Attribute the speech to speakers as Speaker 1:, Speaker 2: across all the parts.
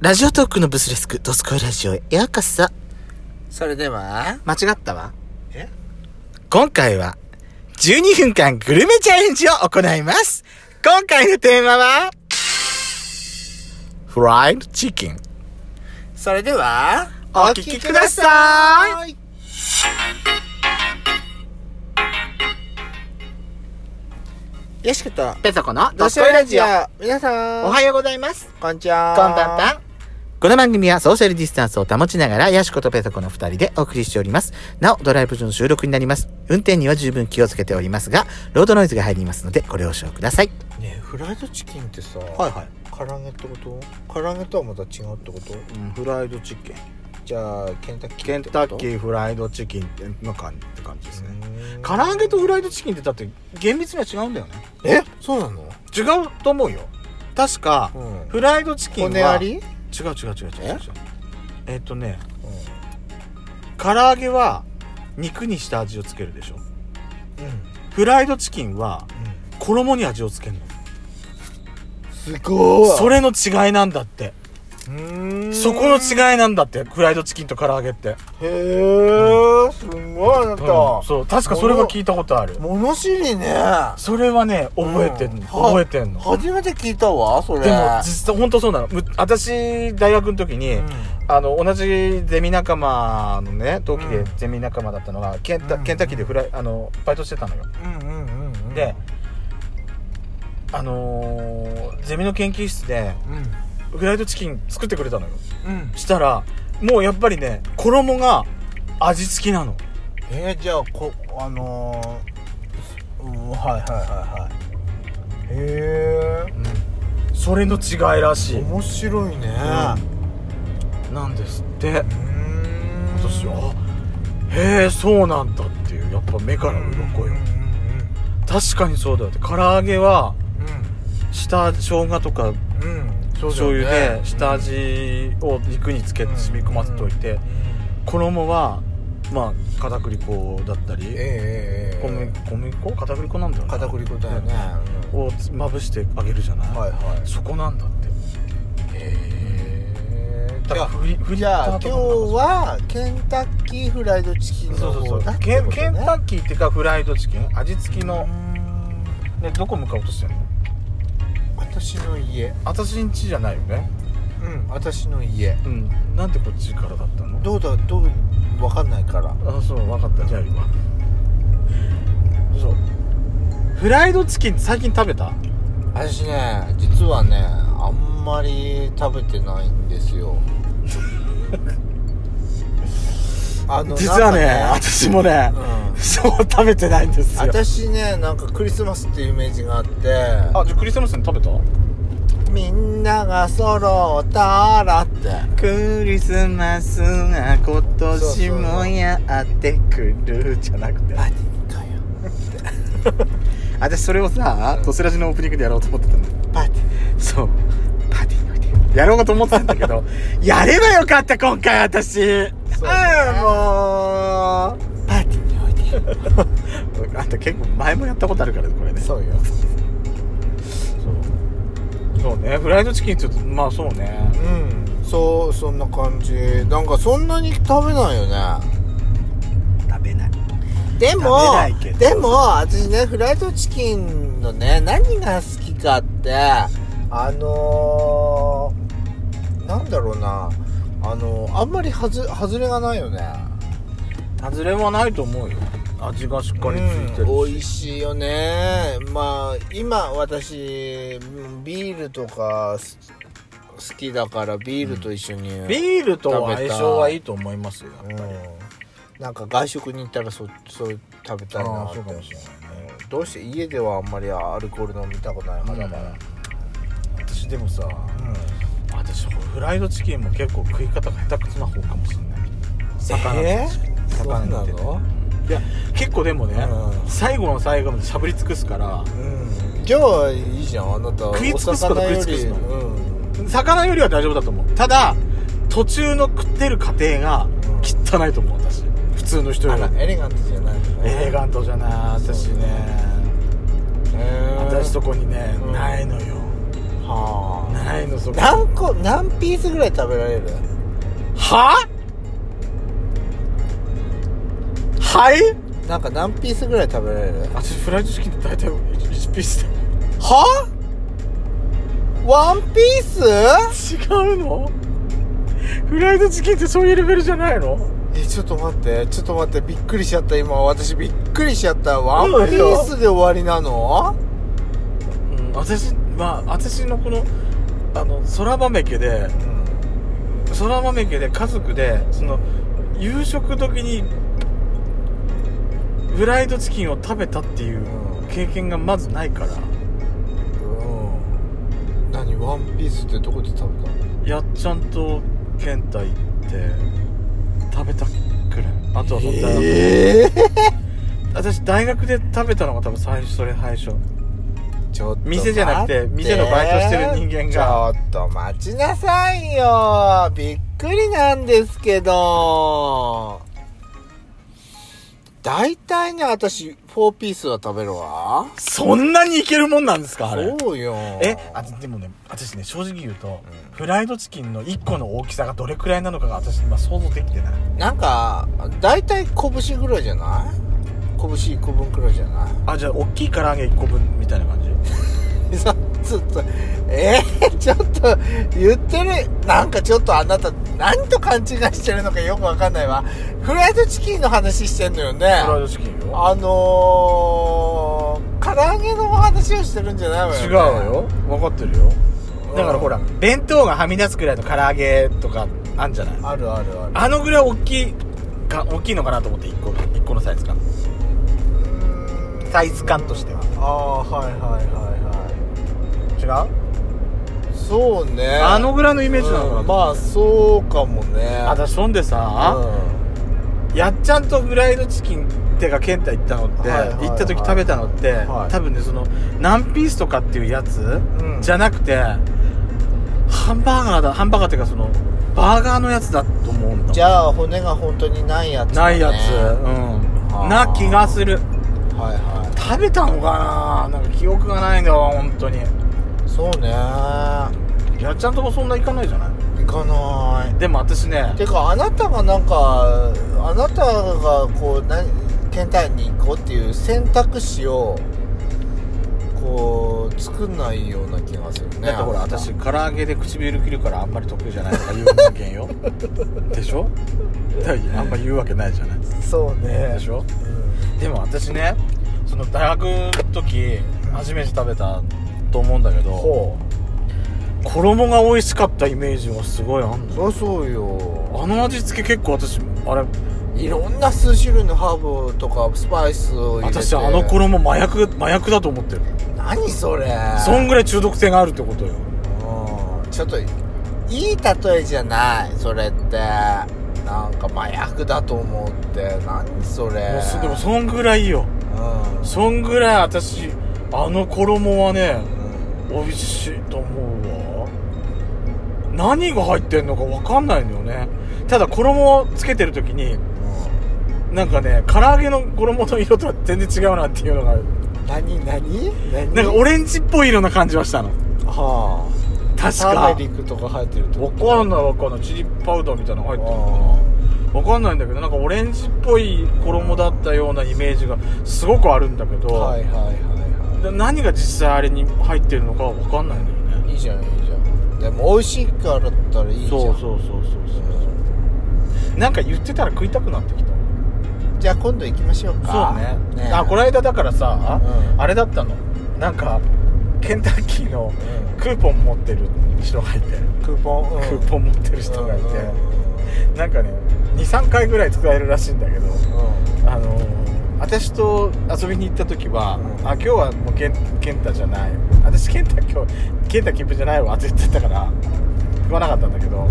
Speaker 1: ラジオトークのブスレスク、ドスコイラジオへようこそ。
Speaker 2: それでは、
Speaker 1: 間違ったわ。
Speaker 2: え
Speaker 1: 今回は、12分間グルメチャレンジを行います。今回のテーマは、フライドチキン。
Speaker 2: それでは、
Speaker 1: お聞きくださ
Speaker 2: い。よしこと、
Speaker 1: ペソコの
Speaker 2: ど
Speaker 1: ド
Speaker 2: う
Speaker 1: スコイラ
Speaker 2: ラ
Speaker 1: ジ
Speaker 2: ジ
Speaker 1: オ
Speaker 2: オ。、皆さん、
Speaker 1: おはようございます。
Speaker 2: こんにちは。
Speaker 1: こんばんは。この番組はソーシャルディスタンスを保ちながら、ヤシコとペソコの二人でお送りしております。なお、ドライブ中の収録になります。運転には十分気をつけておりますが、ロードノイズが入りますので、ご了承ください。
Speaker 2: ねえフライドチキンってさ、
Speaker 1: はいはい
Speaker 2: 唐揚げってこと唐揚げとはまた違うってこと
Speaker 1: フライドチキン。
Speaker 2: じゃあ、ケンタッキー
Speaker 1: ケンタッキ
Speaker 2: ー
Speaker 1: ーフライドチキンっての感じって感じですね。唐
Speaker 2: か
Speaker 1: 揚げとフライドチキンってだって厳密には違うんだよね。
Speaker 2: えそうなの
Speaker 1: 違うと思うよ。確か、
Speaker 2: うん
Speaker 1: フライドチキンは
Speaker 2: 骨あり
Speaker 1: 違う違う違う違う違う
Speaker 2: え。
Speaker 1: えっとね、唐揚げは肉にして味をつけるでしょ。
Speaker 2: うん。
Speaker 1: フライドチキンは
Speaker 2: う
Speaker 1: 衣に味をつける
Speaker 2: ん。すご
Speaker 1: の。
Speaker 2: い
Speaker 1: それの違いなんだって。そこの違いなんだって。フライドチキンと唐揚げって。
Speaker 2: へえ、すごいあなた、
Speaker 1: うんそう、確かそれは聞いたことある。
Speaker 2: 物知りね
Speaker 1: それはね、覚えてんの。
Speaker 2: うんは
Speaker 1: 覚えてんの。
Speaker 2: 初めて聞いたわそれ
Speaker 1: でも実際本当そうなのむ私大学の時に、
Speaker 2: うん
Speaker 1: あの同じゼミ仲間のね同期
Speaker 2: う
Speaker 1: で
Speaker 2: ん
Speaker 1: ゼミ仲間だったのがケンタ,、
Speaker 2: うん
Speaker 1: ケンタッキーでフライあのバイトしてたのよ、
Speaker 2: うんうんうんうん
Speaker 1: であのーゼミの研究室で
Speaker 2: うん
Speaker 1: フライドチキン作ってくれたのよ
Speaker 2: うん
Speaker 1: したらもうやっぱりね衣が味付きなの
Speaker 2: えー、じゃあこあのー、うんはいはいはいはいへ
Speaker 1: それの違いらし
Speaker 2: え
Speaker 1: い、
Speaker 2: 面白いね
Speaker 1: なんですって
Speaker 2: うん
Speaker 1: 私はあへえそうなんだっていうやっぱ目から鱗よ、確かにそうだよって唐揚げは下生姜とか
Speaker 2: うんうんうんうんそうだ
Speaker 1: 醤
Speaker 2: よね
Speaker 1: 油で下味を肉につけ
Speaker 2: う
Speaker 1: て
Speaker 2: ん
Speaker 1: 染み込ませておいて
Speaker 2: うん
Speaker 1: 衣はまあ片栗粉だった
Speaker 2: ええ
Speaker 1: り
Speaker 2: ええええ
Speaker 1: 小麦小麦粉片栗粉なんだよね
Speaker 2: 片栗粉だよね、うん
Speaker 1: をつまぶしてあげるじゃない
Speaker 2: はいはい
Speaker 1: そこなんだって
Speaker 2: へえ
Speaker 1: だからフリフリッ
Speaker 2: じゃあ
Speaker 1: ター
Speaker 2: 今
Speaker 1: とか
Speaker 2: 日
Speaker 1: も
Speaker 2: はケンタッキーフライドチキン
Speaker 1: そ
Speaker 2: の
Speaker 1: うそうそ
Speaker 2: 方
Speaker 1: う
Speaker 2: だって
Speaker 1: ケ
Speaker 2: こ
Speaker 1: ン
Speaker 2: と
Speaker 1: ケンタ
Speaker 2: ね
Speaker 1: ッキーっていうかフライドチキン味付きの
Speaker 2: うーん
Speaker 1: ねどこ向かおうとしてんの
Speaker 2: 私の家
Speaker 1: 私ん家じゃないよね
Speaker 2: うん私の家
Speaker 1: うんなんでこっちからだったの
Speaker 2: どうだどう分かんないから
Speaker 1: あそう分かったじゃあ今そうフライドチキン最近食べた
Speaker 2: 私ね実はねあんまり食べてないんです よあの
Speaker 1: 実はね
Speaker 2: なんか
Speaker 1: 私もね、
Speaker 2: うん
Speaker 1: そう食べてないんですよ
Speaker 2: 私ねなんかクリスマスっていうイメージがあって
Speaker 1: あじゃあクリスマスに食べた
Speaker 2: みんなが揃ったらって
Speaker 1: クリスマスが今
Speaker 2: 年も
Speaker 1: やってくるじゃなくて
Speaker 2: パディカよ
Speaker 1: 私それをさドスラジのオープニングでやろうと思ってたんだよ
Speaker 2: パーテ
Speaker 1: そうパティのやろうかと思ってたんだけ どやればよかった今回私
Speaker 2: そうね
Speaker 1: ああもう
Speaker 2: ィーパーティーにおい で
Speaker 1: あんた結構前もやったことあるからねこれね
Speaker 2: そうよ
Speaker 1: そうそうねフライドチキンって言うとまあそうね
Speaker 2: うんそうそんな感じなんかそんなに食べないよね
Speaker 1: 食べない
Speaker 2: でも
Speaker 1: 食べないけど
Speaker 2: でも私ねフライドチキンのね何が好きかってあのー、なんだろうなあのー、あんまりはず外れがないよね
Speaker 1: 外れはないと思うよ味がしっかりついてるし、
Speaker 2: うん美味しいよねまあ今私うんビールとかす好きだからビールと一緒に、うん、
Speaker 1: ビールとは
Speaker 2: 食
Speaker 1: 相
Speaker 2: べた
Speaker 1: 性はいいと思いますよやっぱり、
Speaker 2: なんか外食に行ったらそそれ食べたいな
Speaker 1: あー
Speaker 2: って
Speaker 1: そうかもしれないね
Speaker 2: うんどうして家ではあんまりアルコール飲みたくない
Speaker 1: まだ
Speaker 2: 派だ
Speaker 1: ま
Speaker 2: から
Speaker 1: だ、私でもさ
Speaker 2: うん
Speaker 1: 私フライドチキンも結構食い方が下手くそな方かもしれない
Speaker 2: えーそう
Speaker 1: 魚
Speaker 2: な
Speaker 1: になってて
Speaker 2: の
Speaker 1: いや結構でもね、
Speaker 2: うん
Speaker 1: 最後の最後までしゃぶり尽くすから
Speaker 2: うんじゃあいいじゃんあなた
Speaker 1: 食い尽くすことは食い尽くすの
Speaker 2: お魚よりうん
Speaker 1: 魚よりは大丈夫だと思うただ途中の食ってる過程が汚いと思う私普通の人よ
Speaker 2: あ
Speaker 1: りは
Speaker 2: らエレガントじゃないの
Speaker 1: エレガントじゃない私ね
Speaker 2: へー
Speaker 1: 私そこにね、
Speaker 2: うん
Speaker 1: ないのよ
Speaker 2: はあ
Speaker 1: なないのそれ
Speaker 2: 何個何ピースぐらい食べられる
Speaker 1: ははい
Speaker 2: なんか何ピースぐらい食べられる
Speaker 1: 私フライドチキンって大体1ピース
Speaker 2: はワンピース
Speaker 1: だ違うのフライドチキンってそういうレベルじゃないの
Speaker 2: えちょっと待ってちょっと待ってびっくりしちゃった今私びっくりしちゃったワンピースで終わりなの
Speaker 1: うん私まあ私のこのあの空ばめけで空まめけで家族でその夕食時にフライドチキンを食べたっていう経験がまずないから
Speaker 2: うん、うん、何ワンピースってどこで食べたの
Speaker 1: やっちゃんと県太行って食べたくらいあとはその大学、
Speaker 2: ええ
Speaker 1: 私大学で食べたのが多分最初それ最初
Speaker 2: ちょっと
Speaker 1: 店じゃなくて
Speaker 2: 待って
Speaker 1: 店のバイトしてる人間が
Speaker 2: ちょっと待ちなさいよびっくりなんですけど大体ね私4ピースは食べるわ
Speaker 1: そんなにいけるもんなんですかあれ
Speaker 2: そうよ
Speaker 1: えあでもね私ね正直言うと、フライドチキンの1個の大きさがどれくらいなのかが私今想像できてない
Speaker 2: なんか大体拳ぐらいじゃない拳1個分くらいじゃない
Speaker 1: あじゃあ大きい唐揚げ1個分みたいな感じ
Speaker 2: そ ちょっとえー、ちょっと言ってるなんかちょっとあなた何と勘違いしてるのかよくわかんないわフライドチキンの話してんのよね
Speaker 1: フライドチキンよ
Speaker 2: あのー、唐揚げのお話をしてるんじゃないわよ、
Speaker 1: 違
Speaker 2: ね、
Speaker 1: うわよ分かってるよだからほら
Speaker 2: うん
Speaker 1: 弁当がはみ出すくらいの唐揚げとかあんじゃない
Speaker 2: あるあるある
Speaker 1: あのぐらい大きいか大きいのかなと思って1個一個のサイズ感サイズ感としては
Speaker 2: ああーはいはいはい
Speaker 1: 違う
Speaker 2: はいそうね
Speaker 1: あのぐらいのイメージなのかな、
Speaker 2: うんまあそうかもね
Speaker 1: あ私そんでさ、
Speaker 2: う
Speaker 1: やっちゃんとフライドチキンってか健太行ったのって、
Speaker 2: はいはいはい
Speaker 1: 行った時食べたのって、
Speaker 2: はい
Speaker 1: 多分ねその何ピースとかっていうやつ、
Speaker 2: ん
Speaker 1: じゃなくてハンバーガーだハンバーガーっていうかそのバーガーのやつだと思うんだ
Speaker 2: んじゃあ骨が本当にないやつだ
Speaker 1: な
Speaker 2: ね
Speaker 1: いやつ、うんな気がする
Speaker 2: はいはい
Speaker 1: 食べたのかななんか記憶がないんだよ本当に
Speaker 2: そうね
Speaker 1: やっちゃんともそんな行かないじゃない
Speaker 2: 行かな
Speaker 1: でも私ね
Speaker 2: いてかあなたがなんかあなたがこうな県大に行こうっていう選択肢をこう作んないような気がするね
Speaker 1: だってほら
Speaker 2: あなた
Speaker 1: 私唐揚げで唇切るからあんまり得意じゃないとか言う人間 よでしょだからあんま言うわけないじゃない
Speaker 2: そうね
Speaker 1: でしょ
Speaker 2: うん
Speaker 1: でも私ねその大学の時初めて食べたと思うんだけど
Speaker 2: ほ
Speaker 1: 衣が美味しかったイメージはすごいあん
Speaker 2: う
Speaker 1: の
Speaker 2: そりゃそうよ
Speaker 1: あの味付け結構私あれ
Speaker 2: いろんな数種類のハーブとかスパイスを入れて
Speaker 1: 私あの衣麻薬麻薬だと思ってる
Speaker 2: 何それ
Speaker 1: そんぐらい中毒性があるってことよ
Speaker 2: うんちょっといい例えじゃないそれってなんか麻薬だと思って何それ
Speaker 1: もうそでもそんぐらいよ
Speaker 2: うん
Speaker 1: そんぐらい私あの衣はね
Speaker 2: うん
Speaker 1: 美味しいと思うわ何が入ってんのか分かんないのよねただ衣をつけてる時になんかね唐揚げの衣の色とは全然違うなっていうのが
Speaker 2: 何何何
Speaker 1: なんかオレンジっぽい色な感じはしたの
Speaker 2: はあ
Speaker 1: 確
Speaker 2: ター
Speaker 1: か
Speaker 2: メリックとか入ってるってこ
Speaker 1: 分
Speaker 2: と
Speaker 1: かんない分かんないチリパウダーみたいなの入ってるのかなわかんないんだけどなんかオレンジっぽい衣だったようなイメージがすごくあるんだけど、
Speaker 2: あーはいはいはい
Speaker 1: で何が実際あれに入ってるのかはわかんないんだよね
Speaker 2: はいいいじゃんいいじゃんでも美味しいからだったらいいじゃん
Speaker 1: そうそうそうそうそうなんか言ってたら食いたくなってきた
Speaker 2: うんじゃあ今度行きましょうか
Speaker 1: あこの間だからさ、
Speaker 2: うん
Speaker 1: あれだったのなんかケンタッキーの
Speaker 2: うん
Speaker 1: クーポン持ってる人がいて、
Speaker 2: クーポン
Speaker 1: クーポン持ってる人がいて、なんかね23回ぐらい使えるらしいんだけどあの私と遊びに行った時は「
Speaker 2: うん
Speaker 1: あ今日はもうけん健太じゃない私健太今日健太キップじゃないわ」って言ってたから食わなかったんだけど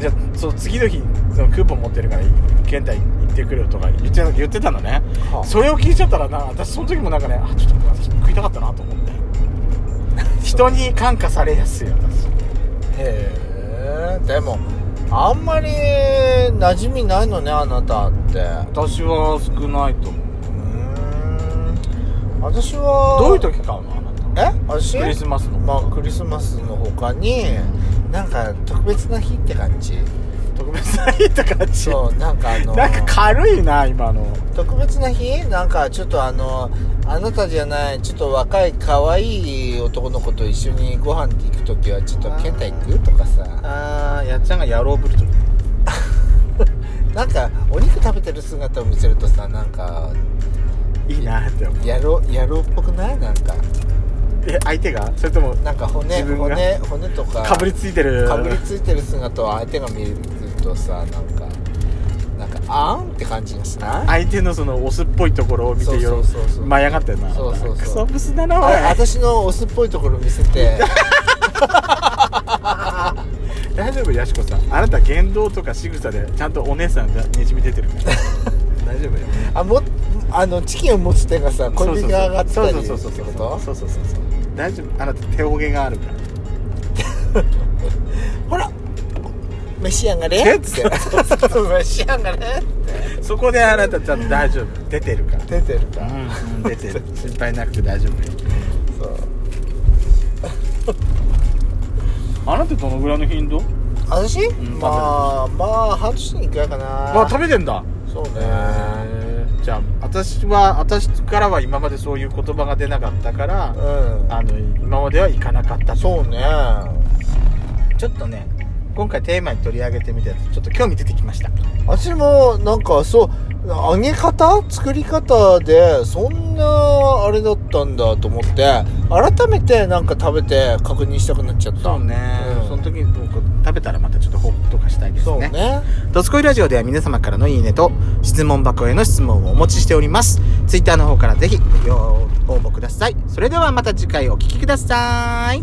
Speaker 1: じゃあそう次の日そのクーポン持ってるから健太行ってくるよとか言って言ってたのね、
Speaker 2: はあ
Speaker 1: それを聞いちゃったらな私その時もなんかねあちょっと私食いたかったなと思って 人に感化されやすい私
Speaker 2: へえでもあんまり馴染みないのねあなたってう
Speaker 1: 私は少ないと思う
Speaker 2: ーん私は
Speaker 1: どういう時買うのあなた
Speaker 2: え私
Speaker 1: クリスマスの
Speaker 2: まあ、クリスマスの他になんか特別な日って感 じ
Speaker 1: 特別な日とかち
Speaker 2: そうなんかあの
Speaker 1: なんか軽いな今の
Speaker 2: 特別な日なんかちょっとあのあなたじゃないちょっと若い可愛い男の子と一緒にご飯行く時はちょっとケンタ行くとかさ
Speaker 1: ああやっちゃんが野郎ぶると
Speaker 2: なんかお肉食べてる姿を見せるとさなんか
Speaker 1: いいなって思う
Speaker 2: 野郎野郎っぽくないなんか
Speaker 1: え相手がそれとも
Speaker 2: なんか骨
Speaker 1: 自分が
Speaker 2: 骨骨とか
Speaker 1: かぶりついてる
Speaker 2: かぶりついてる姿を相手が見るとさなんかなんかあんって感じがしない
Speaker 1: 相手のそのオスっぽいところを見てよ
Speaker 2: そうそうそうそう
Speaker 1: 舞い上がってんな
Speaker 2: そうそうそう
Speaker 1: クソブスだなおい
Speaker 2: あ私のオスっぽいところ見せて
Speaker 1: 大丈夫やしこさんあなた言動とか仕草でちゃんとお姉さんがにじみ出てるから 大丈夫よ
Speaker 2: あもあのチキンを持つ手がさ小指が上がってたりって
Speaker 1: そうそうそうそうそう
Speaker 2: こと
Speaker 1: そうそうそうそう大丈夫あなた手おげがあるから
Speaker 2: ほら召し上がれ
Speaker 1: え
Speaker 2: って召し上がれ
Speaker 1: そこであなたちゃんと大丈夫出てるから
Speaker 2: 出てるか、
Speaker 1: うん出てる 心配なくて大丈夫よ
Speaker 2: そう
Speaker 1: あなたどのぐらいの頻度
Speaker 2: 私、
Speaker 1: ん
Speaker 2: まあまあ半年に1回かな
Speaker 1: あ食べてんだ
Speaker 2: そうね、
Speaker 1: じゃあ私は私からは今までそういう言葉が出なかったから、
Speaker 2: うん
Speaker 1: あの今までは行かなかったと
Speaker 2: そうね
Speaker 1: ちょっとね今回テーマに取り上げてみてちょっと興味出てきました
Speaker 2: 私もなんかそう揚げ方作り方でそんなあれだったんだと思って改めてなんか食べて確認したくなっちゃった
Speaker 1: そうね、
Speaker 2: うん
Speaker 1: その時に僕食べたらまたちょっと報告とかしたいです
Speaker 2: そう
Speaker 1: ね
Speaker 2: ね
Speaker 1: ドスコイラジオでは皆様からのいいねと質問箱への質問をお持ちしておりますツイッターの方からぜひご応募くださいそれではまた次回お聞きください